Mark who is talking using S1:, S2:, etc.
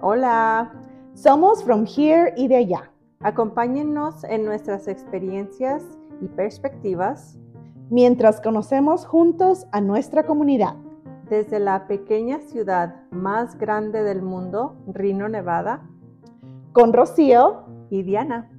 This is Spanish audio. S1: Hola,
S2: Somos From Here y de allá.
S1: acompáñennos en nuestras experiencias y perspectivas
S2: Mientras conocemos juntos a nuestra comunidad.
S1: desde la pequeña ciudad más grande del mundo, Reno, Nevada,
S2: Con Rocío,
S1: y Diana.